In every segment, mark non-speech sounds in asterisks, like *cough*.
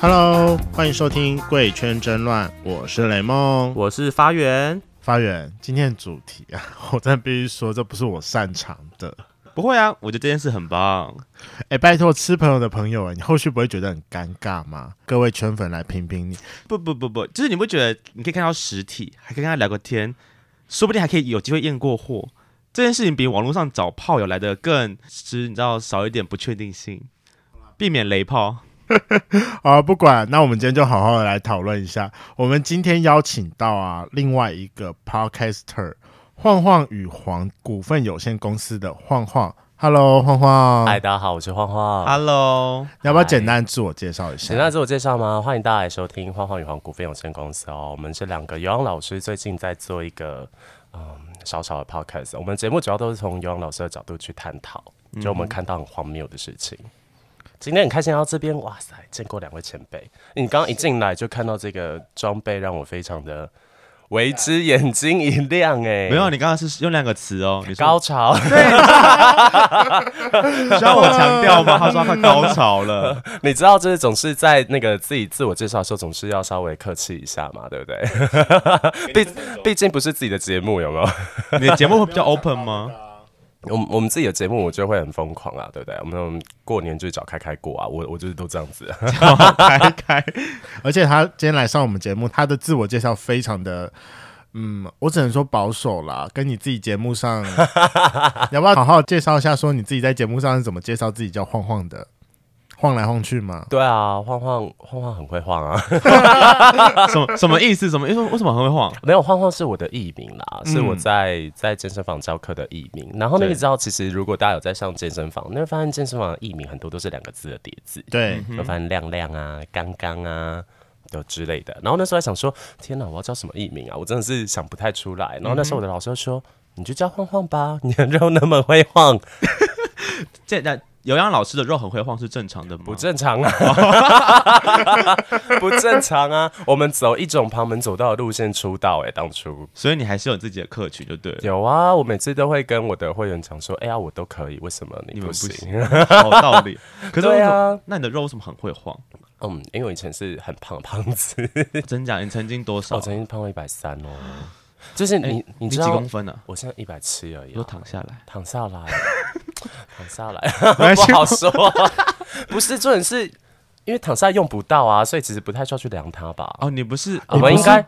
Hello，欢迎收听《贵圈争乱》，我是雷梦。我是发源。发源，今天的主题啊， *laughs* 我真的必须说，这不是我擅长的。不会啊，我觉得这件事很棒。哎、拜托，吃朋友的朋友啊，你后续不会觉得很尴尬吗？各位圈粉来评评你，不不不不，就是你不觉得你可以看到实体，还可以跟他聊个天，说不定还可以有机会验过货。这件事情比网络上找炮友来的更，就是你知道少一点不确定性，避免雷炮。啊，不管，那我们今天就好好的来讨论一下。我们今天邀请到啊，另外一个 podcaster 晃晃与黄股份有限公司的晃晃。Hello，晃晃，嗨，大家好，我是晃晃。 Hello，你要不要嗨简单自我介绍一下简？单自我介绍吗？欢迎大家来收听晃晃与黄股份有限公司哦。我们这两个有氧老师最近在做一个嗯小小的 podcast，我们节目主要都是从有氧老师的角度去探讨，嗯就我们看到很荒谬的事情。今天很开心来到这边，哇塞，见过两位前辈。你刚刚一进来就看到这个装备，让我非常的为之眼睛一亮哎、没有，啊你刚刚是用两个词哦，你说高潮，需要我强调吗？他说他快高潮了，你知道，就是总是在那个自己自我介绍的时候，总是要稍微客气一下嘛，对不对？毕毕竟不是自己的节目，有没有？ *laughs* 你的节目会比较 open 吗？我们我们自己的节目，我就会很疯狂啊，对不对？我们我们过年就是找开开过啊，我我就是都这样子。 *laughs* 开开，而且他今天来上我们节目，他的自我介绍非常的，嗯，我只能说保守啦。跟你自己节目 *laughs* 上，你要不要好好介绍一下，说你自己在节目上是怎么介绍自己叫晃晃的？晃来晃去吗？对啊，晃晃晃晃很会晃啊， *laughs* 什么什么意思？什么？因为为什么很会晃？没有晃晃是我的艺名啦，是我在在健身房教课的艺名。然后那个对知道，其实如果大家有在上健身房，你会发现健身房的艺名很多都是两个字的叠字。对，就反正嗯亮亮啊、刚刚啊，都之类的。然后那时候还想说，天哪，我要叫什么艺名啊？我真的是想不太出来。然后那时候我的老师就说，你就叫晃晃吧， *laughs* 你的肉那么会晃，这那有氧老师的肉很会晃是正常的吗？不正常啊，哦 *laughs* 不正常啊。我们走一种旁门左道的路线出道、欸，当初所以你还是有自己的客群就对了。有啊，我每次都会跟我的会员讲说，哎呀，我都可以，为什么你你们不不行？行， *laughs* 好道 *laughs* 理。可是为对什么啊那你的肉为什么很会晃？嗯，因为我以前是很胖的胖子，真假？你曾经多少？ *laughs* 我曾经胖过一百三哦。就是你，你哦哎你知几道公，分呢？我现在一百七而已、你啊。说躺下来，躺下 *laughs* 来，躺下来，哎关 *laughs* 系不好说。不是，重点是因为躺下用不到啊，所以其实不太需要去量它吧。哦，你不 *laughs* 是我你不们是应该，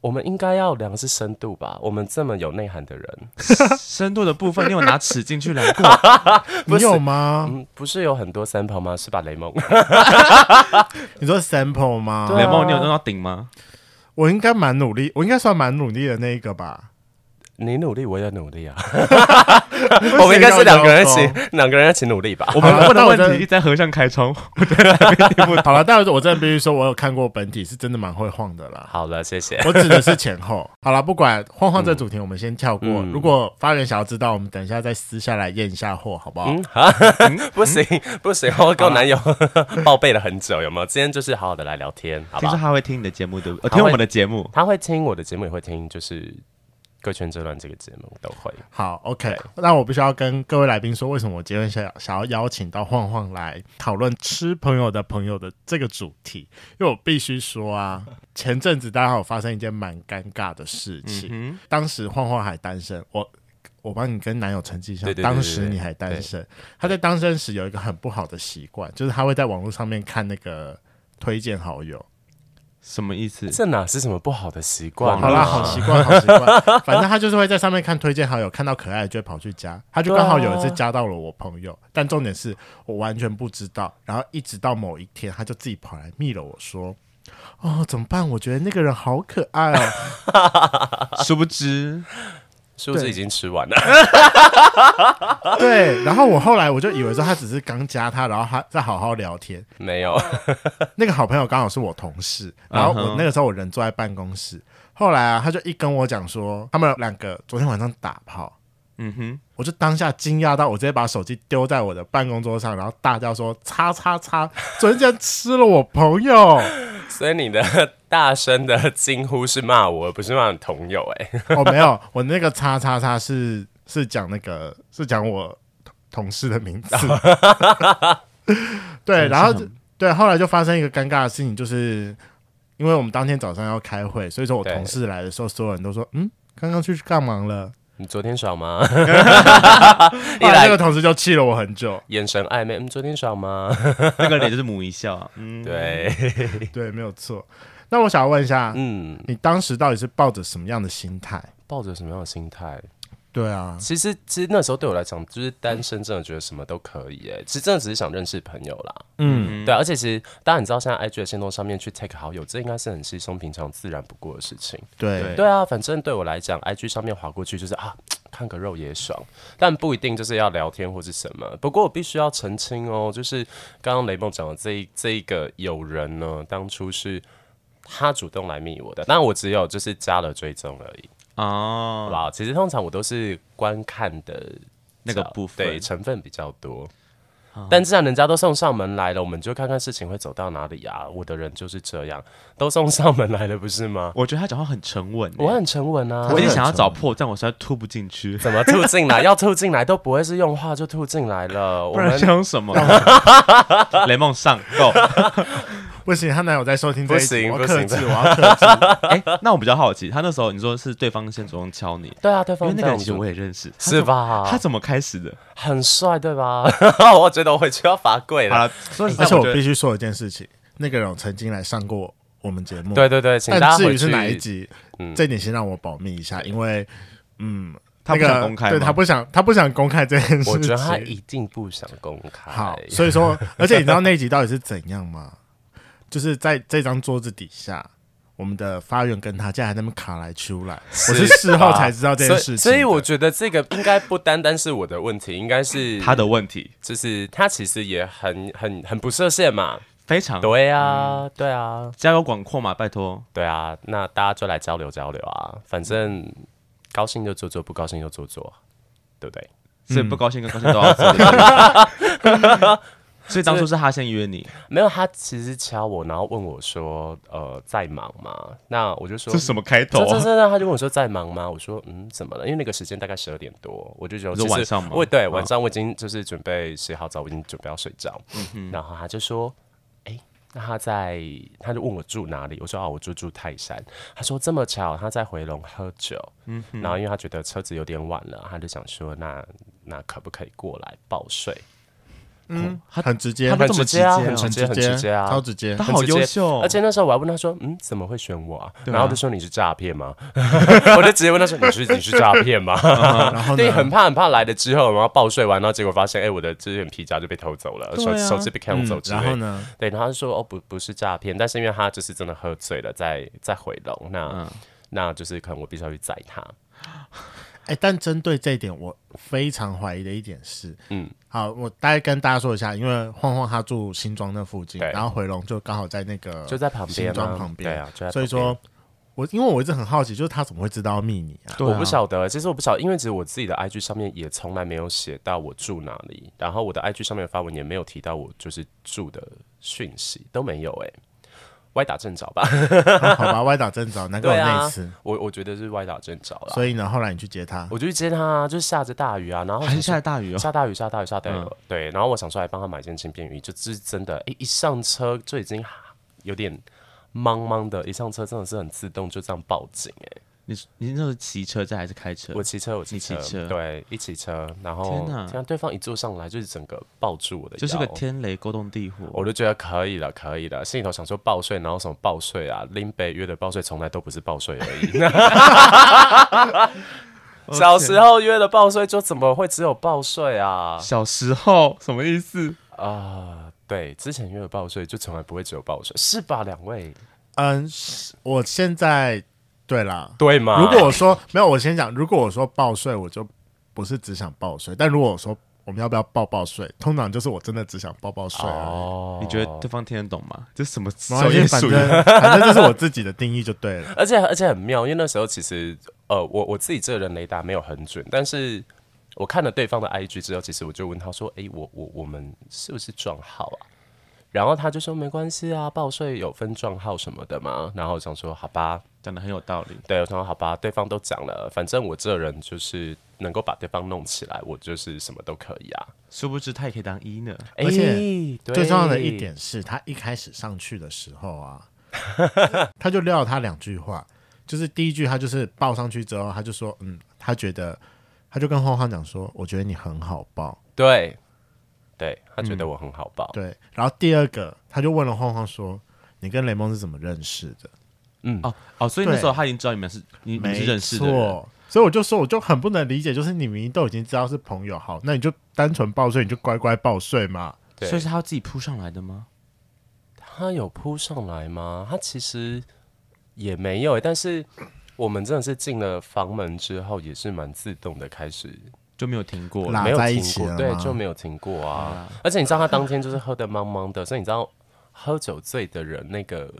我们应该要量的是深度吧？我们这么有内涵的人， *laughs* 深度的部分，你有拿尺进去量过？ *laughs* 你有吗？嗯，不是有很多 sample 吗？是吧，雷蒙？ *laughs* 你说 sample 吗？对啊雷梦，你有弄到顶 *laughs* 吗？我应该蛮努力，我应该算蛮努力的那一个吧。你努力，我也努力啊。 *laughs* 我们应该是两个人一起，两个人一起努力吧。我好了们问那的我问真的题一直在横向开 *laughs* 窗。 *laughs* 好了，但是我真的必须说，我有看过本体，是真的蛮会晃的啦。好了，谢谢。 *laughs* 我指的是前后。好了，不管晃晃这主题，我们先跳过。嗯如果发源想要知道，我们等一下再私下来验一下货，好不好？嗯，啊不行不行，我跟我男友 *laughs* 报备了很久，有没有？今天就是好好的来聊天，好不听好说？他会听你的节目，对不对？他呃会听我们的节目，他会听我的节目，也会听就是《各圈争乱》这个节目，都会。好，OK。那我必须要跟各位来宾说，为什么我今天想想要邀请到晃晃来讨论吃朋友的朋友的这个主题？因为我必须说 *laughs* 啊，前阵子大家有发生一件蛮尴尬的事情，嗯当时晃晃还单身，我。我帮你跟男友澄清一下，对对对对当时你还单身。他在单身时有一个很不好的习惯，就是他会在网络上面看那个推荐好友。什么意思？这哪是什么不好的习惯、啊？好啦，好习惯，好习惯。反正他就是会在上面看推荐好友，看到可爱的就会跑去加。他就刚好有一次加到了我朋友，但重点是我完全不知道。然后一直到某一天，他就自己跑来密了我说：“哦，怎么办？我觉得那个人好可爱哦。殊不知，是不是已经吃完 *laughs* 了？”对。然后我后来我就以为说他只是刚加他，然后他在好好聊天。没有，那个好朋友刚好是我同事，然后嗯我哼那个时候我人坐在办公室。后来啊，他就一跟我讲说，他们两个昨天晚上打炮。嗯哼，我就当下惊讶到，我直接把手机丢在我的办公桌上，然后大叫说：“叉叉叉，昨天竟然吃了我朋友 *laughs* 所以你的大声的惊呼是骂我，而不是骂你朋友、哎，！”哦，没有，我那个叉叉叉是是讲那个是讲我同同事的名字。对，然后真是很对，后来就发生一个尴尬的事情，就是因为我们当天早上要开会，所以说我对同事来的时候，所有人都说，嗯，刚刚去干嘛了？你昨天爽吗？ *laughs* 一后来来那个同事就气了我很久。眼神暧昧，嗯，昨天爽吗？ *laughs* 那个脸就是母一笑啊，嗯， *laughs* 对，对，没有错。那我想要问一下，嗯，你当时到底是抱着什么样的心态？抱着什么样的心态？对啊，其实，其实那时候对我来讲，就是单身，真的觉得什么都可以、欸。其实真的只是想认识朋友啦。嗯，对啊，而且其实大家你知道，现在 IG 的行动上面去 take 好友，这应该是很稀松平常、自然不过的事情。对，对啊，反正对我来讲，IG 上面划过去就是啊，看个肉也爽，但不一定就是要聊天或是什么。不过我必须要澄清哦，就是刚刚雷梦讲的这一这一个友人呢，当初是。他主动来密我的，但我只有就是加了追踪而已，好不哦，好？其实通常我都是观看的那个部分嗯对成分比较多。但既然人家都送上门来了，我们就看看事情会走到哪里啊！我的人就是这样，都送上门来了，不是吗？我觉得他讲话很沉稳欸，我很沉稳啊，我一直很想要沉找破绽，我实在吐不进去，怎么吐进来？要 *laughs* 吐进来都不会是用话就吐进来了。我不然们想用什么？ *laughs* 雷梦上够。不行，她男友在收听这一集，不行我要克不制，行我要克 *laughs* *laughs* 制。哎，那我比较好奇，他那时候你说是对方先主动敲你，对啊，对哦因方为那个人其这实样我子也认识，他是怎么？他吧？怎么开始的？很帅对吧？ *laughs* 我觉得我回去要罚跪好了。了，说实在，而且我我觉必得须说一件事情，那个人曾经来上过我们节目，对对对，请大但家至回于去是哪一集，嗯这点先让我保密一下，因为嗯，他那不个想公开对吗他不想，他不想公开这件事情。我觉得他一定不想公开。好，所以 *laughs* 说，而且你知道那一集到底是怎样吗？就是在这张桌子底下，我们的发源跟他竟然还在那么卡来出来，我是事后才知道这件事情的 *laughs* 所以所以我觉得这个应该不单单是我的问题，应该是他的问题就是他其实也很很很不设限嘛。非常对嗯啊，对啊，交友广阔嘛，拜托。对啊，那大家就来交流交流啊，反正高兴就做做，不高兴就做做，对不对？嗯所以不高兴跟高兴都 *laughs* 要做。所以当初是他先约你，没有，他其实敲我，然后问我说，呃，在忙吗？那我就说这。是什么开头这这啊？这，他就问我说在忙吗？我说嗯，怎么了？因为那个时间大概十二点多，我就觉得你说其实晚上吗我对哦晚上我已经就是准备洗好澡，我已经准备要睡觉。嗯然后他就说，哎、那他在，他就问我住哪里，我说啊，我住住泰山。他说这么巧，他在回龙喝酒，嗯然后因为他觉得车子有点晚了，他就想说那那可不可以过来报税？嗯，很直接，他很这么直接啊，直接很哦直很接，很直接啊，超直接他。很好直接优秀哦，而且那时候我还问他说：“嗯，怎么会选我、啊？”对啊然后就说：“你是诈骗吗？” *laughs* 我就直接问他说：“你是你是诈骗吗？” *laughs* 然后对，呢，很怕很怕来了之后，然后报税完，然后结果发现，哎、我的这件皮夹就被偷走了，对手啊手机被抢走嗯之类然的。后呢，对，然后他就说：“哦，不不是诈骗，但是因为他就是真的喝醉了，在在回笼，那、嗯那就是可能我必须要去载他。哎，但针对这一点，我非常怀疑的一点是，嗯嗯，好，我大概跟大家说一下，因为晃晃他住新庄那附近，对然后回龙就刚好在那个就在旁边、新啊，庄旁边对啊，就在所以旁边说，我因为我一直很好奇，就是他怎么会知道秘密啊？对我啊不晓得，其实我不晓得，因为其实我自己的 IG 上面也从来没有写到我住哪里，然后我的 IG 上面的发文也没有提到我就是住的讯息都没有、哎，歪打正着吧，啊 *laughs* 好吧，歪打正着，难怪我对啊那一次。我我觉得是歪打正着啦。所以呢，后来你去接他，我就去接他啊，就是下着大雨啊，然后还是下大雨哦。下大雨，下大雨，下大雨，对，然后我想说来帮他买一件轻便雨衣，就是真的，哎，一上车就已经有点茫茫的，一上车真的是很自动就这样报警、哎。你你那时候骑车在还是开车？我骑车，我骑你骑车对，一骑车，然后天哪对方一坐上来就是整个抱住我的腰，就是个天雷勾动地火。我就觉得可以了，可以了，心里头想说报税，然后什么报税啊，林北约的报税从来都不是报税而 *laughs* 已。 *laughs* 哦小时候约的报税，就怎么会只有报税啊？小时候什么意思？啊、对，之前约的报税就从来不会只有报税，是吧？两位嗯，是我现在对啦。对吗？如果我说没有，我先讲，如果我说报税，我就不是只想报税，但如果我说我们要不要报报税，啊通常就是我真的只想报报税啊。哦，你觉得对方听得懂吗？这什么没关专系业反术语？正反正这是我自己的定义就对了。而且而且很妙，因为那时候其实呃，我我自己这个人雷达没有很准，但是我看了对方的 IG 之后，其实我就问他说：“诶，我我我们是不是撞号啊？”然后他就说：“没关系啊，报税有分撞号什么的嘛。”然后我想说：“好吧，讲的很有道理。对，我想说好吧，对方都讲了，反正我这人就是能够把对方弄起来，我就是什么都可以啊。殊不知他也可以当一呢，而且哎对最重要的一点是他一开始上去的时候啊， *laughs* 他就撂他两句话，就是第一句他就是抱上去之后，他就说，嗯，他觉得，他就跟后汉讲说，我觉得你很好抱，对，对他嗯觉得我很好抱，对。然后第二个他就问了后汉说，你跟雷蒙是怎么认识的？嗯，哦哦，所以那时候他已经知道你们是你你们是认识的没人，错所以我就说，我就很不能理解，就是你明明都已经知道是朋友，好，那你就单纯报税，你就乖乖报税嘛。对所以是他自己扑上来的吗？他有扑上来吗？他其实也没有，欸但是我们真的是进了房门之后，也是蛮自动的开始，就没有听过啦打没有在一停起过，了对，吗就没有停过啊啊。而且你知道他当天就是喝的茫茫的，所以你知道喝酒醉的人那个。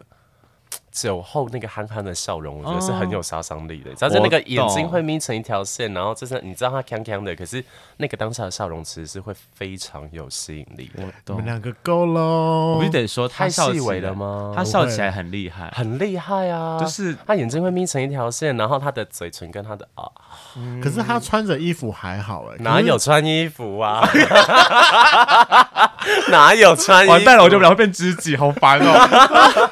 酒后那个憨憨的笑容，我觉得是哦很有杀伤力的。他是那个眼睛会眯成一条线，然后就是你知道他康康的，可是那个当下的笑容其实是会非常有吸引力的。我你懂们。两个够喽哦我必须，得说，他太笑起细微了来吗他笑起来很厉害，很厉害啊！就是他眼睛会眯成一条线，然后他的嘴唇跟他的啊，可是他穿着衣服还好欸哎、嗯哪有穿衣服啊？ *laughs* 哪有穿衣 *laughs* 服？完蛋了，我就们俩会变知己，好烦 *laughs* 哦。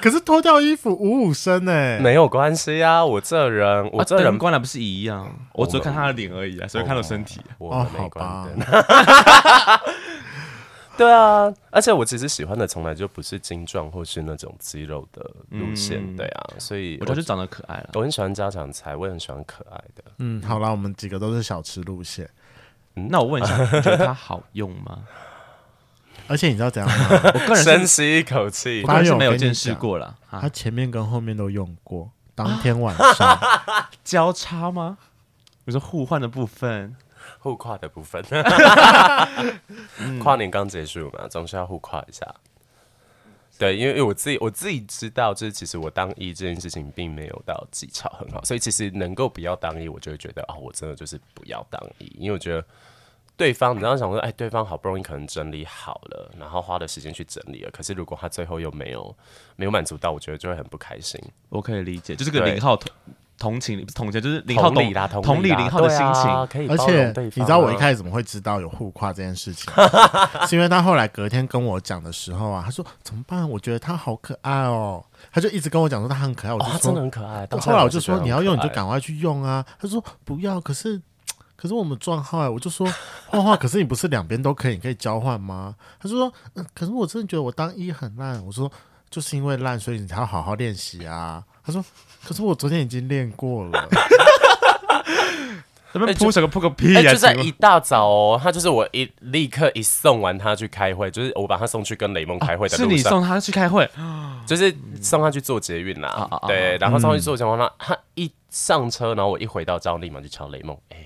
可是脱掉衣服五五身哎、没有关系啊！我这人，我这人人观来不是一样，我只会看他的脸而已啊，所以看到身体。我哦们，没好关嗯吧的。，对啊，而且我其实喜欢的从来就不是精壮或是那种肌肉的路线，对啊，所以嗯我觉得就长得可爱了。我很喜欢家常菜，我也很喜欢可爱的。嗯，好啦，我们几个都是小吃路线，那我问一下，你觉得它好用吗？而且你知道怎样吗？我个人深是，吸一口气我，个人是没我有跟你见识讲过了。啊他前面跟后面都用过，当天晚上交叉吗？你说互换的部分，互跨的 *laughs* 部分。跨年刚结束嘛，总是要互跨一下。对，因为因为我自己我自己知道，就是其实我当一这件事情并没有到技巧很好，所以其实能够不要当一，我就会觉得啊、我真的就是不要当一，因为我觉得对方，你刚刚想说，哎，对方好不容易可能整理好了，然后花了时间去整理了，可是如果他最后又没有没有满足到，我觉得就会很不开心。我可以理解，就是个对零号同同情，不是同情，就是零号同懂理啦，同理啦零号的对心情。啊可以而包且容对方啊、你知道我一开始怎么会知道有互跨这件事 *laughs* 情？是因为他后来隔天跟我讲的时候啊，他说怎么办？我觉得他好可爱哦，他就一直跟我讲说他很可爱，我就哦，他说、真的很可爱。我当时后来我就就说你要用你就改。赶快去用啊。他说不要，可是可是我们撞号哎、我就 *laughs* 说画画，可是你不是两边都可以，你可以交换吗？他就说、嗯，可是我真的觉得我当一很烂。我说就是因为烂，所以你才要好好练习啊。他说可是我昨天已经练过了，这边铺什么铺个屁哎、呀？就在请问一大早哦，他就是我一立刻一送完他去开会，就是我把他送去跟雷蒙开会的啊是路你上，送他哦去开会，就是送他去做捷运啦，啊啊啊对，然后送他去做捷运，然后他一上车，然后我一回到家，我立马去敲雷蒙，哎、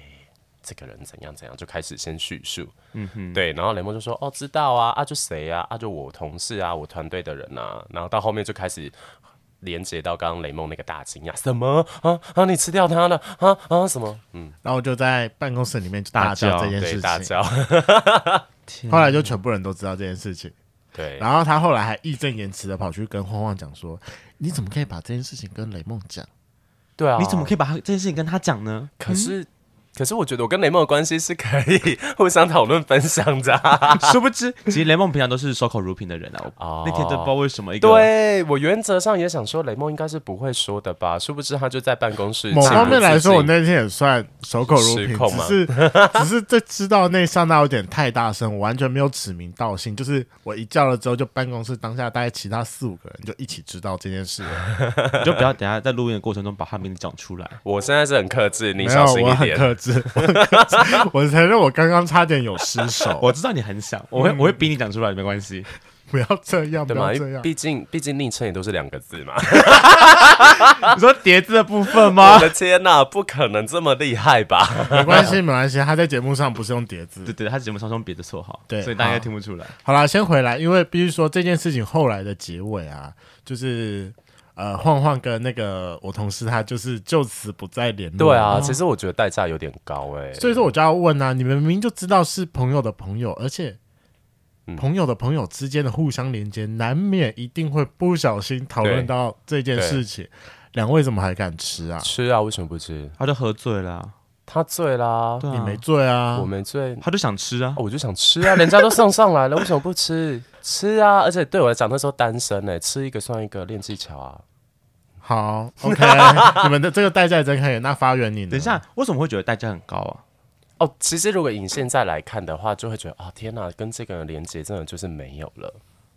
这个人怎样怎样，就开始先叙述，嗯哼，对，然后雷蒙就说，哦，知道啊，啊就谁啊，啊就我同事啊，我团队的人啊，然后到后面就开始。连接到刚刚雷蒙那个大惊讶，什么啊啊！你吃掉他了啊啊！什么？嗯，然后我就在办公室里面就大大叫叫这件对，事大情。 *laughs* 叫，后来就全部人都知道这件事情。对，然后他后来还义正言辞的跑去跟晃晃讲说：“你怎么可以把这件事情跟雷梦讲？”对啊，你怎么可以把他这件事情跟他讲呢？可嗯是，可是我觉得我跟雷梦的关系是可以互相讨论分享的、 *laughs* 啊。 *laughs* 殊不知，其实雷梦平常都是守口如瓶的人啊。哦我那天都不知道为什么一个对我原则上也想说，雷梦应该是不会说的吧？殊不知他就在办公室。某方面来说，我情不自禁那天也算守口如失瓶，控只吗是 *laughs* 只是这知道那一刹那有点太大声，我完全没有指名道姓。就是我一叫了之后，就办公室当下大概其他四五个人就一起知道这件事了。你就不要等一下在录音的过程中把他名字讲出来。我现在是很克制， *laughs* 你没小有，心我一很点。克制， *laughs* 我很克制我承认我刚刚差点有失手。 *laughs* 我知道你很想，我会我会逼你讲出来，没关系。不要这样，不对嘛要这？样。毕竟毕竟昵称也都是两个字 *laughs* 嘛。你说叠字的部分我吗？的天哪、不可能这么厉害 *laughs* 吧？没关系，没关系。他在节目上不是用叠字嗯对。对，他节目上用别的绰号，对所以大家应该听不出来。好啦，先回来，因为必须说这件事情后来的结尾啊，就是呃，晃晃跟那个我同事他就是就此不再联络。对啊，其实我觉得代价有点高哎、嗯所以说我就要问啊，你们明明就知道是朋友的朋友，而且嗯朋友的朋友之间的互相连接，难免一定会不小心讨论到这件事情。两位怎么还敢吃啊？吃啊，为什么不吃？他就喝醉了啊，他醉啦，对啊，你没醉啊？我没醉、他就想吃啊哦，我就想吃啊，人家都送上来了，为什么不吃？吃啊！而且对我来讲，那时候单身呢、吃一个算一个，练技巧啊。 *laughs* 好，OK，你们的这个代价也真可以。那发源你呢？等一，下，为什么会觉得代价很高啊？哦，其实如果以现在来看的话，就会觉得啊，天哪，跟这个人连接真的就是没有了，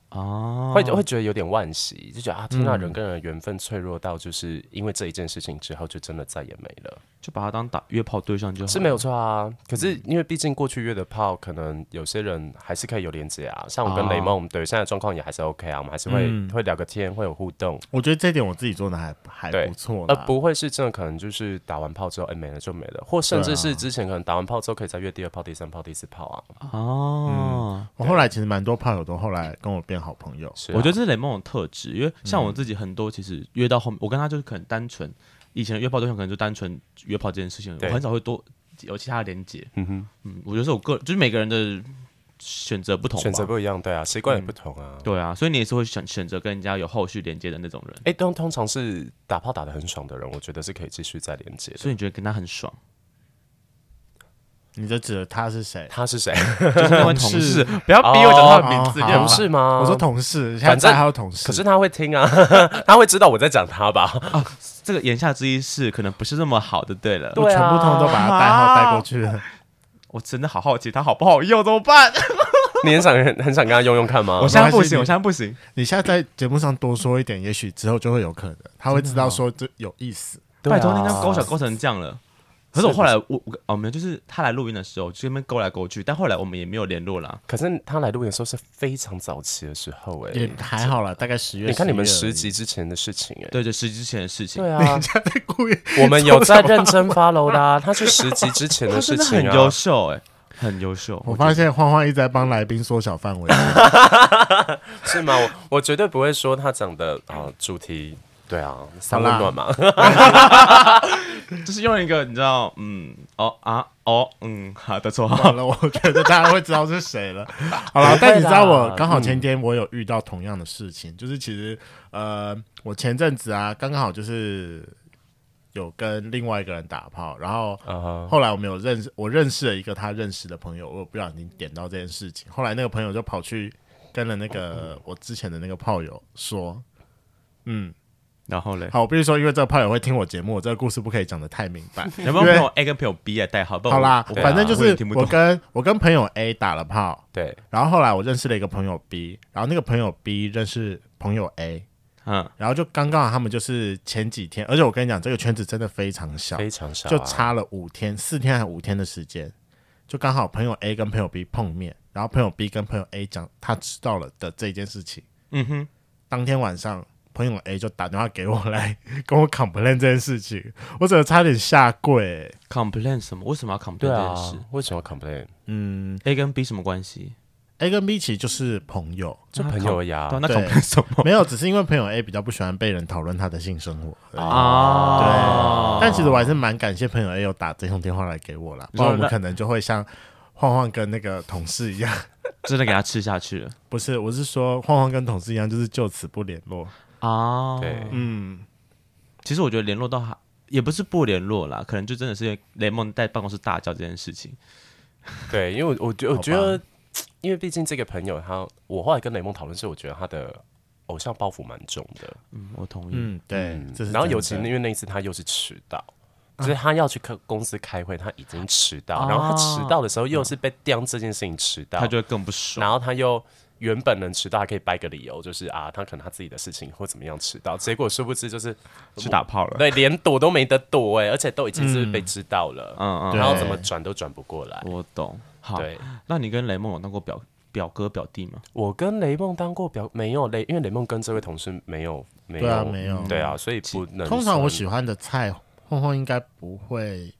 哦，嗯会会觉得有点惋惜，就觉得啊，天哪，人跟人的缘分脆弱到就是因为这一件事情之后，就真的再也没了，就把他当打约炮对象就好了是没有错啊。可嗯是因为毕竟过去约的炮，可能有些人还是可以有连接啊，像我跟哦嗯雷梦，对现在状况也还是 OK 啊，我们还是会、会聊个天，会有互动，我觉得这点我自己做的还还对不错而啦。呃不会是真的，可能就是打完炮之后，哎、没了就没了，或甚至啊是之前可能打完炮之后可以再约第二炮、第三炮、第四炮啊。哦。我后来其实蛮多炮友都后来跟我变好朋友，是啊我觉得这是雷梦的特质，因为像我自己很多，其实约到后面，我跟他就是可能单纯以前的约炮对象可能就单纯约炮这件事情，对我很少会多有其他的连接。嗯哼，嗯，我觉得是我个就是每个人的选择不同，选择。不一样，对啊，习惯也不同啊。对啊，所以你也是会选选择跟人家有后续连接的那种人，哎、通通常是打炮打得很爽的人，我觉得是可以继续再连接的。所以你觉得跟他很 *laughs* 爽，你就指的他是谁？他是谁？就是那位同是事， *laughs* 不要逼我讲他的名字，哦好你好同不好事吗？我说，同事，现反正在还有同事，可是他会听啊， *laughs* 他会知道我在讲他吧？这个言下之意是可能不是那么好的，对了，我啊全部通通都把他代号带过去了。我真的好好奇他好不好用，怎么办？你很想很很想跟他用用看吗我？现在不还是行，你我现在不行，你现在在节目上多说一点，也许之后就会有可能，他会知道说这有意思。对啊拜托，那张勾手勾成这样了。可是我后来我我哦没有，就是他来录音的时候，就在那边勾来勾去，但后来我们也没有联络啦。可是他来录音的时候是非常早期的时候、也哎，还好啦，大概十月。你看你们11月而十已，集之前的事情、哎，对，就十之前的事情。对 *laughs* 啊，他在故意 *laughs* 我们有在认真 follow 的、啊，他是十集之前他的真事的很情优啊。秀哎、很优秀。我发现欢欢一直在帮来宾缩小范围，是吗？我我绝对不会说他讲的啊、主题，对啊，三温暖嘛， *laughs* 就是用一个你知道，嗯，哦啊，哦，嗯，好 *laughs* 的绰好号。了，我觉得大家会知道是谁 *laughs* 了。好了，但你知道我刚好嗯前天我有遇到同样的事情，就是其实呃，我前阵子啊，刚刚好就是有跟另外一个人打炮，然后啊哈后来我们有认识，我认识了一个他认识的朋友，我有不小心点到这件事情。后来那个朋友就跑去跟了那个哦我之前的那个炮友说，嗯，然后嘞，好，我必须说，因为这个炮友会听我节目，我这个故事不可以讲的太明白。有没有朋友 A 跟朋友 B 的代号？不然好我啦，哦我反正就我也是听不我懂。跟我跟朋友 A 打了炮， *laughs* 对，然后后来我认识了一个朋友 B，然后那个朋友 B 认识朋友 A，嗯，然后就刚刚好他们就是前几天，而且我跟你讲，这个圈子真的非常小，非常少、啊，就差了五天，四天还是五天的时间，就刚好朋友 A 跟朋友 B 碰面，然后朋友 B 跟朋友 A 讲他知道了的这件事情。嗯哼，当天晚上，朋友 A 就打电话给我来跟我 complain 这件事情，我真的差点下跪、欸 complain 什么？为什么要 complain 对这啊件事，为什么要 complain？嗯？A 跟 B 什么关系？ ，A 跟 B 其实就是朋友，就朋友呀、对啊，那对 complain 什么 *laughs* 没有，只是因为朋友 A 比较不喜欢被人讨论他的性生活而已。啊？但其实我还是蛮感谢朋友 A 有打这通电话来给我啦，不你说然我们那可能就会像晃晃跟那个同事一样， *laughs* 真的给他吃下去了不是，我是说晃晃跟同事一样，就是就此不联络。啊对嗯，其实我觉得联络到他也不是不联络啦，可能就真的是因为雷蒙在办公室大叫这件事情。对，因为我我觉我好吧觉得，因为毕竟这个朋友他，我后来跟雷梦讨论是，我觉得他的偶像包袱蛮重的，嗯，我同意。嗯，对，这是然后尤其真的因为那一次他又是迟到。就是他要去开公司开会，他已经迟到，啊然后他迟到的时候又是被刁这件事情迟到，他就会更不爽。然后他又原本能迟到，还可以掰个理由，就是啊，他可能他自己的事情或怎么样迟到，结果殊不知就是去打炮了。对，连躲都没得躲哎、而且都已经是被知道了，嗯嗯，对然后怎么转都转不过来。我懂。好，对，那你跟雷梦有当过表表哥表弟吗？我跟雷梦当过表没有雷，因为雷梦跟这位同事没有没有对啊没有对嗯啊，所以不能算。通常我喜欢的菜，晃晃应该不会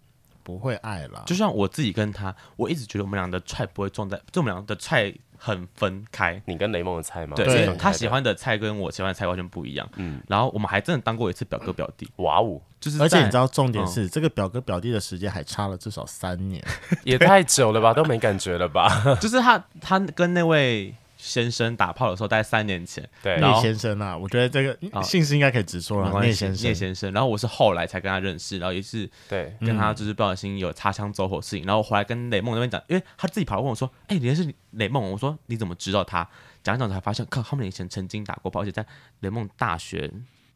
不会爱啦。就像我自己跟他，我一直觉得我们俩的菜不会撞在，就我们俩的菜很分开。你跟雷梦的菜吗？对，对因为他喜欢的菜跟我喜欢的菜完全不一样。嗯，然后我们还真的当过一次表哥表弟，哇哦，就是而且在嗯你知，道，重点是、这个表哥表弟的时间还差了至少三年。 *laughs* 也太久了吧，都没感觉了吧？就是他他跟那位先生打炮的时候，大概三年前，对，然后聂先生啊，我觉得这啊个姓氏应该可以直说哎没了，关啊聂系先生聂，先生。然后我是后来才跟他认识，然后也是对，跟嗯他就是不小心有擦枪走火事情，然后我回来跟雷梦那边讲，因为他自己跑来问我说：“哎、你认识雷梦？”我说：“你怎么知道他？”讲一讲才发现，靠，他们以前曾经打过炮，而且在雷梦大学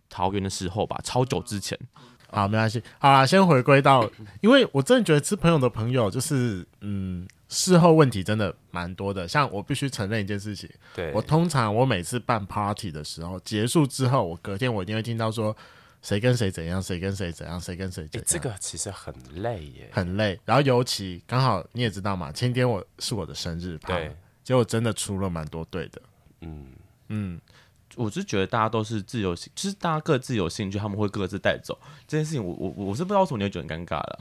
桃园的时候吧，超久之前。好，没关系，好啦，先回归到，因为我真的觉得是朋友的朋友，就是嗯，事后问题真的蛮多的。像我必须承认一件事情，对，我通常我每次办 party 的时候，结束之后，我隔天我一定会听到说谁跟谁怎样，谁跟谁怎样，谁跟谁怎诶样，这个其实很累耶，很累。然后尤其刚好你也知道嘛，前天我是我的生日趴对，结果真的出了蛮多对的。嗯，嗯，我是觉得大家都是自由性，就是大家各自有兴趣，他们会各自带走这件事情我。我我我是不知道为什么你会觉得很尴尬了，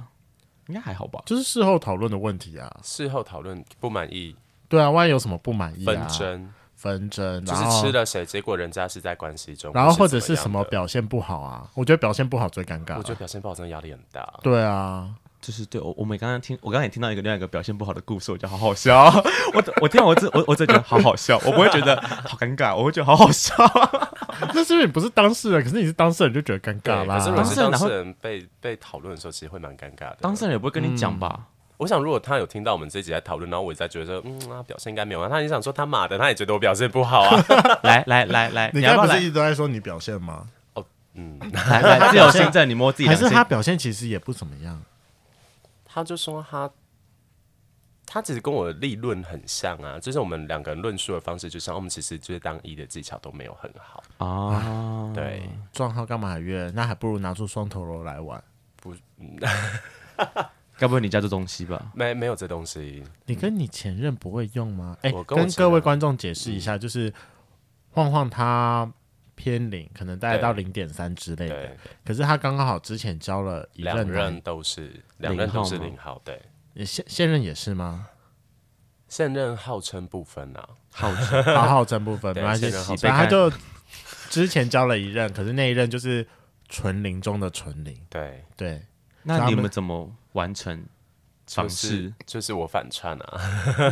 应该还好吧？就是事后讨论的问题啊，事后讨论不满意、对啊，万一有什么不满意啊纷，争，纷争，就然是后吃了谁，结果人家是在关系中，然后或者是是什么怎样表现不好啊？我觉得表现不好最尴尬的，我觉得啊。表现不好真的压力很大。对啊，就是对我，我们刚刚听，我刚刚也听到一个另外一个表现不好的故事，我觉得好好笑。 *laughs* 我我听完我只我我只觉得好好笑，我不会觉得好尴尬，我会觉得好好笑。 *laughs* 那是因为你不是当事人，可是你是当事人就觉得尴尬对可是啦如果。当是事人当哪会事人被被讨论的时候，其实会蛮尴尬的。当事人也不会跟你讲吧？我想，如果他有听到我们这一集在讨论，然后我在觉得说，嗯啊，表现应该没有啊。他也想说他妈的，他也觉得我表现不好啊。 *laughs* 来来来来，嗯你要刚刚不不要是来一直都在说你表现吗？嗯，*laughs* 来来自由心证，你摸自己还良是心。他表现其实也不怎么样？他就说他，他其实跟我的立论很像啊，就是我们两个人论述的方式，就像哦我们其实就是当一的技巧都没有很好。 *laughs* 啊？对，撞号干嘛还约？那还不如拿出双头楼来玩。该不会你家这东西吧？没没有这东西，你跟你前任不会用吗？哎、嗯我跟我跟前各位任啊嗯观众解释一下，就是晃晃他偏零，可能大概对到零点三之类的。对，可是他刚刚好之前交了一两任任男，都是两任都是零号吗零号，对，你现现任也是吗？现任号称不分啊，好奇，好好真不分，没对关系现任反好，正被他看就之前交了一任，可是那一任就是纯零中的纯零，对，对，那你们怎么完成就尝 *laughs* 是试？就是我反串啊，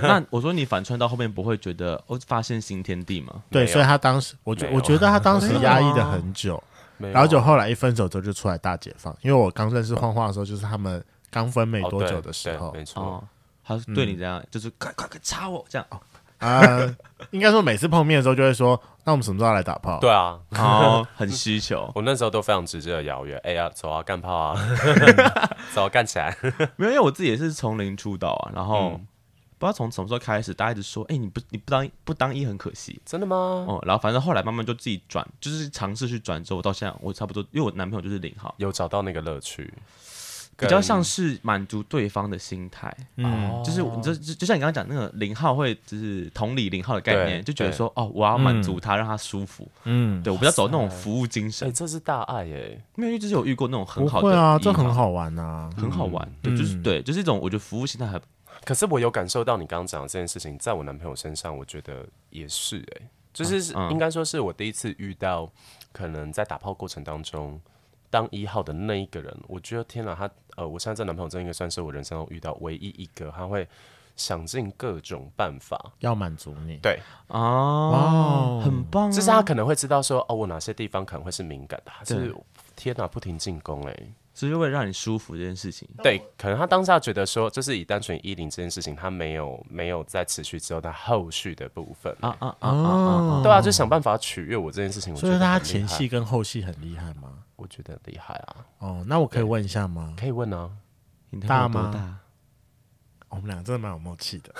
那我说你反串到后面不会觉得哦发现新天地吗？对，没有所以他当时，我觉没有我觉得他当时压抑的很久， *laughs* 没有啊然后就后来一分手之后就出来大解放。因为我刚认识晃晃的时候，就是他们刚分没哦多对久的时对候，没错，哦，他嗯是对你这样，就是快快快插我 *laughs* 这样。哦啊、应该说每次碰面的时候就会说，那我们什么时候来打炮？对啊，哦，很需求。我那时候都非常直接的邀约，哎呀，走啊，干炮啊， *laughs* 走啊干起来， *laughs* 没有，因为我自己也是从零出道啊，然后、嗯不知道从什么时候开始，大家一直说，哎、你不你不当不当一很可惜，真的嗯吗？哦、然后反正后来慢慢就自己转，就是尝试去转之后，到现在我差不多，因为我男朋友就是零号，有找到那个乐趣，比较像是满足对方的心态，啊嗯，就是你就就就像你刚刚讲那个零号会就是同理零号的概念，对就觉得说哦，我要满足他，让他舒服，嗯，对我比较走那种服务精哎、神，这是大爱耶、没有，因为就是有遇过那种不很好的会啊，一这很号。好嗯玩啊。很好玩，对，就是对，就是一种我觉得服务心态很可是我有感受到你刚刚讲的这件事情，在我男朋友身上，我觉得也是哎、就是是嗯嗯应该说是我第一次遇到，可能在打炮过程当中，当一号的那一个人，我觉得天哪，他呃，我现在这男朋友真的应该算是我人生中遇到唯一一个，他会想尽各种办法，要满足你，对，哦，很棒啊，就是他可能会知道说，哦，我哪些地方可能会是敏感的，他对是天哪，不停进攻哎、所以就为了让你舒服这件事情。对，可能他当下觉得说，就是以单纯衣领这件事情，他没有没有再持续之后，他后续的部分，啊啊啊哦啊！对啊，就想办法取悦我这件事情，我觉所得以他很厉前害戏跟后戏很厉害吗？我觉得很厉害啊，哦，那我可以问一下吗？可以问啊，你男朋友大多大？我们俩真的蛮有默契的，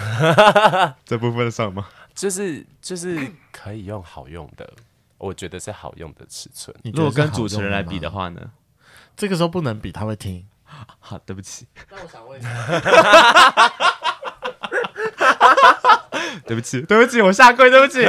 这部分上吗？就是就是可以用好用的，我觉得是好用的尺寸，你觉如得果是跟好主持人用来比的吗，话呢？这个时候不能比，他会听。好，对不起，那我想问 *laughs* 对不起，啊对不起，我下跪，对不起。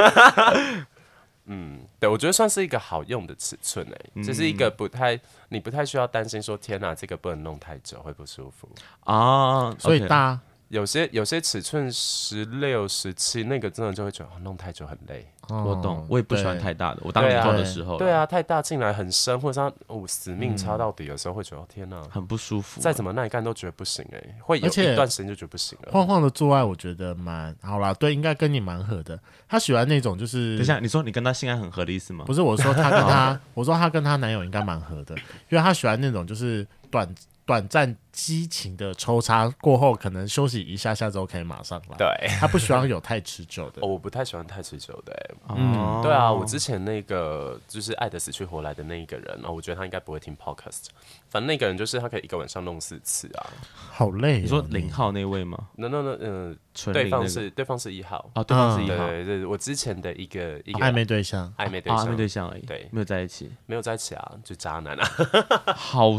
对我觉得算是一个好用的尺寸哎、就是一个不太你不太需要担心说天哪，这个不能弄太久会不舒服，啊，所以 OK 大有些有些尺寸十六、十七，那个真的就会觉得、哦、弄太久很累。哦我懂，我也不喜欢对太大的。我当零对啊号的时候，对，啊，太大进来很深，或者是他哦死命插到底的时候，会觉得、哦天哪、很不舒服。再怎么耐干都觉得不行哎、会有而且一段时间就觉得不行了。晃晃的做爱，我觉得蛮好啦，对，应该跟你蛮合的。他喜欢那种就是等一下，你说你跟他性爱很合的意思吗？不是我说她跟 *laughs* 她，我说她跟她男友应该蛮合的，因为她喜欢那种就是短短暂激情的抽插过后，可能休息一下下之后可以马上来。对，她不喜欢有太持久的哦，。我不太喜欢太持久的、欸。哦对啊，我之前那个就是爱的死去活来的那一个人，然后我觉得他应该不会听 podcast。反正那个人就是他可以一个晚上弄四次啊。好累、哦。你说零号那位吗？那那那嗯，纯零对那方个是对方是一号，哦，对方是嗯一对号，哦对对，我之前的一个一个啊暧昧对象，暧昧对啊，暧象，昧对象而已，对没有在一起，没有在一起啊，就渣男啊， *laughs* 好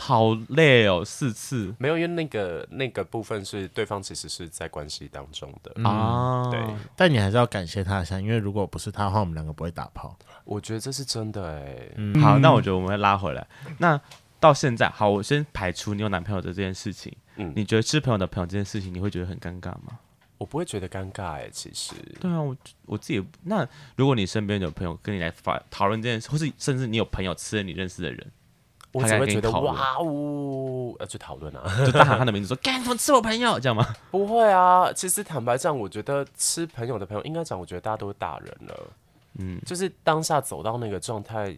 好累哦，四次没有，因为那个那个部分是对方其实是在关系当中的。啊，对，但你还是要感谢他一下，因为如果不是他的话，我们两个不会打炮。我觉得这是真的哎、好，那我觉得我们会拉回来。那到现在，好，我先排除你有男朋友的这件事情。嗯你觉得是朋友的朋友这件事情，你会觉得很尴尬吗？我不会觉得尴尬哎、其实对啊，我我自己那如果你身边有朋友跟你来发讨论这件事，或是甚至你有朋友吃了你认识的人，我他只敢会跟你觉得讨论哇哦，要去讨论啊。就大喊他的名字说 *laughs* “干，怎么吃我朋友”这样吗？不会啊，其实坦白讲，我觉得吃朋友的朋友，应该讲，我觉得大家都是大人了。嗯，就是当下走到那个状态，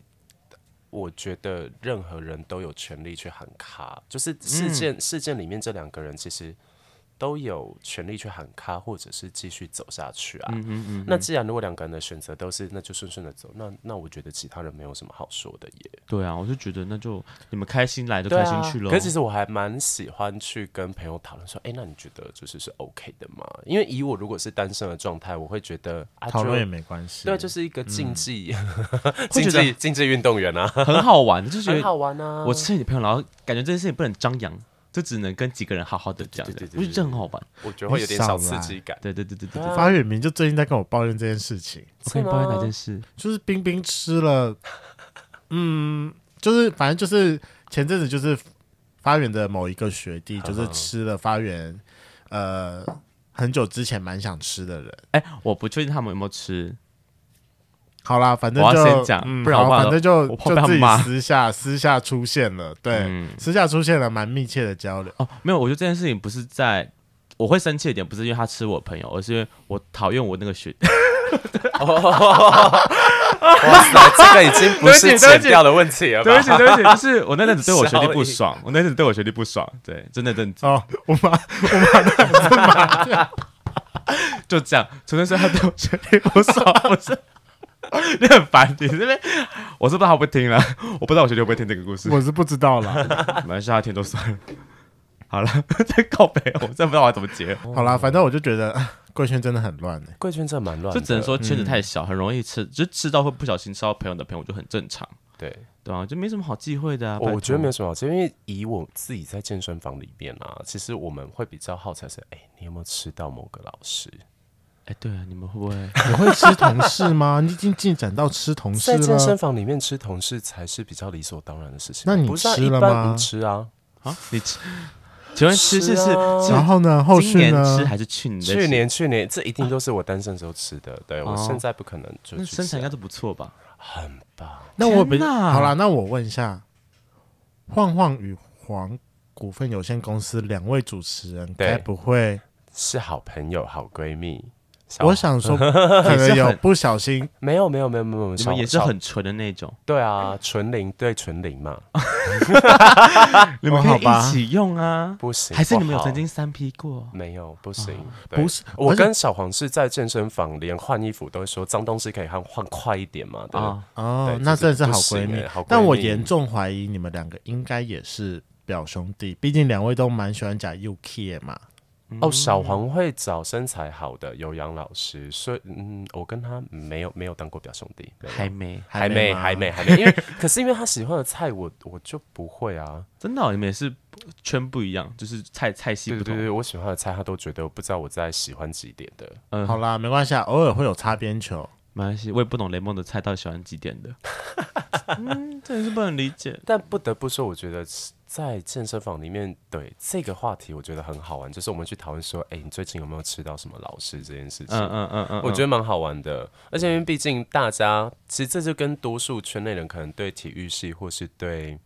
我觉得任何人都有权利去喊卡。就是事件、事件里面这两个人，其实都有权利去喊卡，或者是继续走下去啊。嗯嗯嗯那既然如果两个人的选择都是，那就顺顺的走。那那我觉得其他人没有什么好说的耶。对啊，我就觉得那就你们开心来就对开啊，心去喽。可 *laughs* 是其实我还蛮喜欢去跟朋友讨论说，哎、那你觉得就是是 OK 的吗？因为以我如果是单身的状态，我会觉得啊，讨论也就没关系。对，啊就是一个竞技，嗯 *laughs* 会竞觉得技竞技运动员啊，很好玩，就觉很好得玩啊。我吃了你朋友，然后感觉这件事情不能张扬，就只能跟几个人好好的讲，对对对对对我觉得这很好玩。我觉得会有点小刺激感，对对对对对啊对，发远明就最近在跟我抱怨这件事情，我跟你抱怨哪件事？就是冰冰吃了， *laughs* 嗯，就是反正就是前阵子就是发源的某一个学弟，嗯就是吃了发源，呃，很久之前蛮想吃的人。哎、我不确定他们有没有吃，好啦，反正我就要先讲嗯不然我好怕反正就我怕就被他自己骂嗯私下私下出现了，对，私下出现了蛮密切的交流。哦，没有，我觉得这件事情不是在我会生气的点，不是因为他吃我朋友，而是因为我讨厌我那个 *laughs* 学弟。 *laughs* 哇塞，这个已经不对是不起对剪不起掉的问题了吧？对不起，对不起， *laughs* 就是我那阵子对我学弟笑不意爽，我那阵子对我学弟不爽，对，就那阵子哦，我妈就这样，纯粹是他对我学弟不爽，不是。 *laughs* 你很烦，你这边我是不知道他会不会听了，我不知道我学弟会不会听这个故事，我是不知道啦。 *laughs* 没关系，他听就算了。好了， *laughs* 再告白，我真不知道我要怎么接，好啦，反正我就觉得啊贵圈真的很乱、欸、贵圈真的蛮乱的，就只能说圈子太小，很容易吃，就吃到会不小心吃到朋友的朋友就很正常。对。对啊，就没什么好忌讳的啊。我拜我觉得没托有什么好吃，因为以我自己在健身房里面啊，其实我们会比较好奇的是，哎、你有没有吃到某个老师？哎，对啊，你们会不会？你会吃同事吗？你已经进展到吃同事在健身了。房里面吃同事才是比较理所当然的事情。那你不是啊吃了一般吗你吃啊，啊，你吃？请问吃是是是啊是然后呢？后哦今续年呢？吃还是去年在吃？去年去年这一定都是我单身时候吃的。对我哦现在不可能就那去身材吃应啊该都不错吧？很棒。那我比天哪好啦，那我问一下，晃晃与黄股份有限公司两位主持人对该不会？是好朋友、好闺蜜。小我想 *laughs* 说，可能有不小心没有没有没有没有，你小们也是小很纯的那种，对啊，纯零对纯零嘛，你们可们以可以一一起用啊。不行。还是你们有不好曾经三 P 过？没有不行？对哦不是我而且跟小黄是在健身房，连换衣服都会说脏东西可以换换快一点嘛。对不对，啊，哦对，那就真是的是不好行闺蜜欸好闺。但我蜜严重怀疑你们两个应该也是表兄弟，毕竟两位都蛮喜欢讲 UK 嘛。哦，小黄会找身材好的有氧老师，所以嗯，我跟他没有没有当过表兄弟，没有还没，还没吗还没还没，因为可是因为他喜欢的菜我我就不会啊，真的哦，你们也是圈不一样，就是菜菜系对不对同。对，我喜欢的菜他都觉得我不知道我在喜欢几点的，嗯，好啦，没关系啊，偶尔会有擦边球。没关系，我也不懂雷梦的 *laughs* 菜到底喜欢几点的。嗯，真的是不能理解。但不得不说，我觉得在健身房里面，对这个话题我觉得很好玩，就是我们去讨论说，哎、你最近有没有吃到什么老师这件事情？嗯嗯嗯嗯，我觉得蛮好玩的，而且因为毕竟大家其实这就跟多数圈内人可能对体育系或是对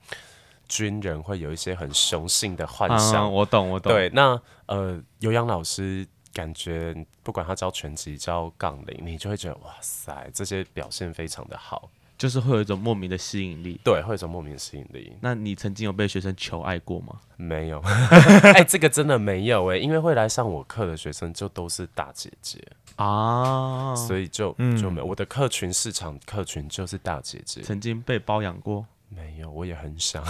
军人会有一些很雄性的幻嗯想，嗯我懂我懂，对，那呃，有氧老师感觉不管他教拳击、教杠铃，你就会觉得哇塞，这些表现非常的好，就是会有一种莫名的吸引力。对，会有一种莫名的吸引力。那你曾经有被学生求爱过吗？没有， *laughs* 哎、这个真的没有哎、因为会来上我课的学生就都是大姐姐，啊，所以就就没有我的客群市场客群就是大姐姐，曾经被包养过，啊没有，我也很想，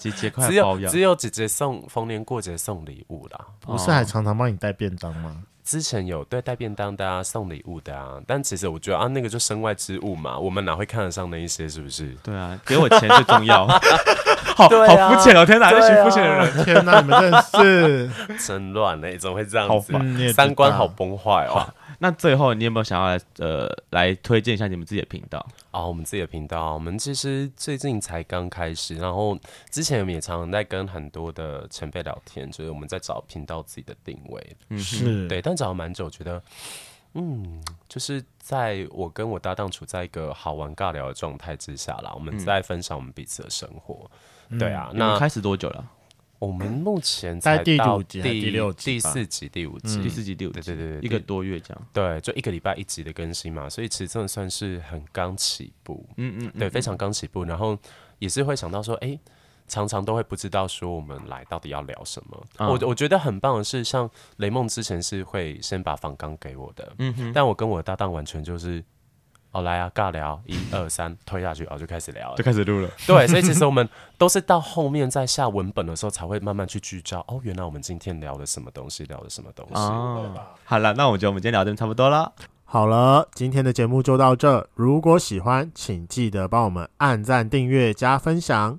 姐姐快只来包有养只有姐姐送逢年过节送礼物啦，不哦是还常常帮你带便当吗？之前有对带便当的啊，送礼物的啊，但其实我觉得啊，那个就身外之物嘛，我们哪会看得上那一些，是不是？对啊，给我钱最重 *laughs* 要。好对啊好肤浅哦，天哪，对这啊群肤浅的人。天哪，你们真的是，真乱嘞、怎么会这样好子？嗯你也知道三观好崩坏哦！那最后，你有没有想要来呃来推荐一下你们自己的频道？啊，我们自己的频道，我们其实最近才刚开始，然后之前我们也常常在跟很多的前辈聊天，就是我们在找频道自己的定位，是，对，但找了蛮久，觉得，嗯，就是在我跟我搭档处在一个好玩尬聊的状态之下啦，我嗯们在分享我们彼此的生活，对啊，你们那开始多久了？我们目前大才概第到五集还是第六集第吧嗯四集、第五集、第四集、第五集，对对对对一个多月这样。对，就一个礼拜一集的更新嘛，所以其实真的算是很刚起步，嗯嗯，对，非常刚起步。然后也是会想到说，哎，常常都会不知道说我们来到底要聊什么。嗯我我觉得很棒的是，像雷梦之前是会先把访纲给我的，嗯哼，但我跟我的搭档完全就是。哦，来啊，尬聊，一二三，推下去，哦，就开始聊了。开始录了。对，所以其实我们都是到后面在下文本的时候，才会慢慢去聚焦。哦，原来我们今天聊了什么东西，聊了什么东西。啊，好了，那我觉得我们今天聊的差不多了。好了，今天的节目就到这。如果喜欢，请记得帮我们按赞、订阅、加分享。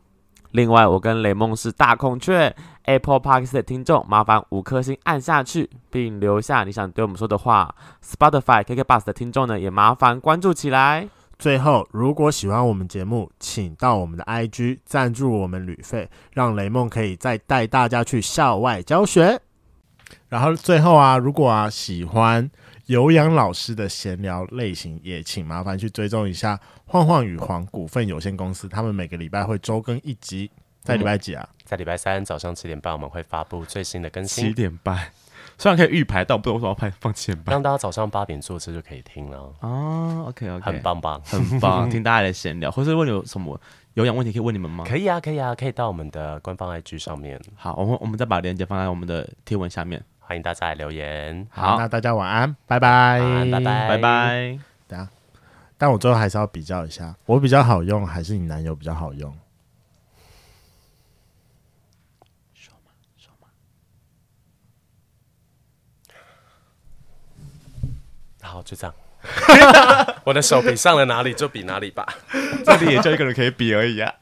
另外，我跟雷梦是大孔雀 Apple Park 的听众，麻烦五颗星按下去，并留下你想对我们说的话。Spotify KK Bus 的听众呢，也麻烦关注起来。最后，如果喜欢我们节目，请到我们的 IG 赞助我们旅费，让雷梦可以再带大家去校外教学。然后最后啊，如果啊喜欢有氧老师的闲聊类型，也请麻烦去追踪一下晃晃与黄股份有限公司，他们每个礼拜会周更一集，在礼拜几啊？在礼拜三早上七点半，我们会发布最新的更七新，点半，虽然可以预排，但我不知道为什么要排放七 *laughs* 点半。让大家早上八点坐车就可以听了，啊，OK OK，很，棒棒。很棒， *laughs* 听大家的闲聊，或是问有什么有氧问题可以问你们吗？可以啊，可以啊，可以到我们的官方 IG 上面，好，我们我们再把链接放在我们的贴文下面。欢迎大家来留言。好，那大家晚安，拜拜，晚安拜拜拜 *laughs* 拜。但我最后还是要比较一下，我比较好用还是你男友比较好用？好，就这样。 *laughs* 我的手比上了哪里就比哪里吧。这里也就一个人可以比而已啊。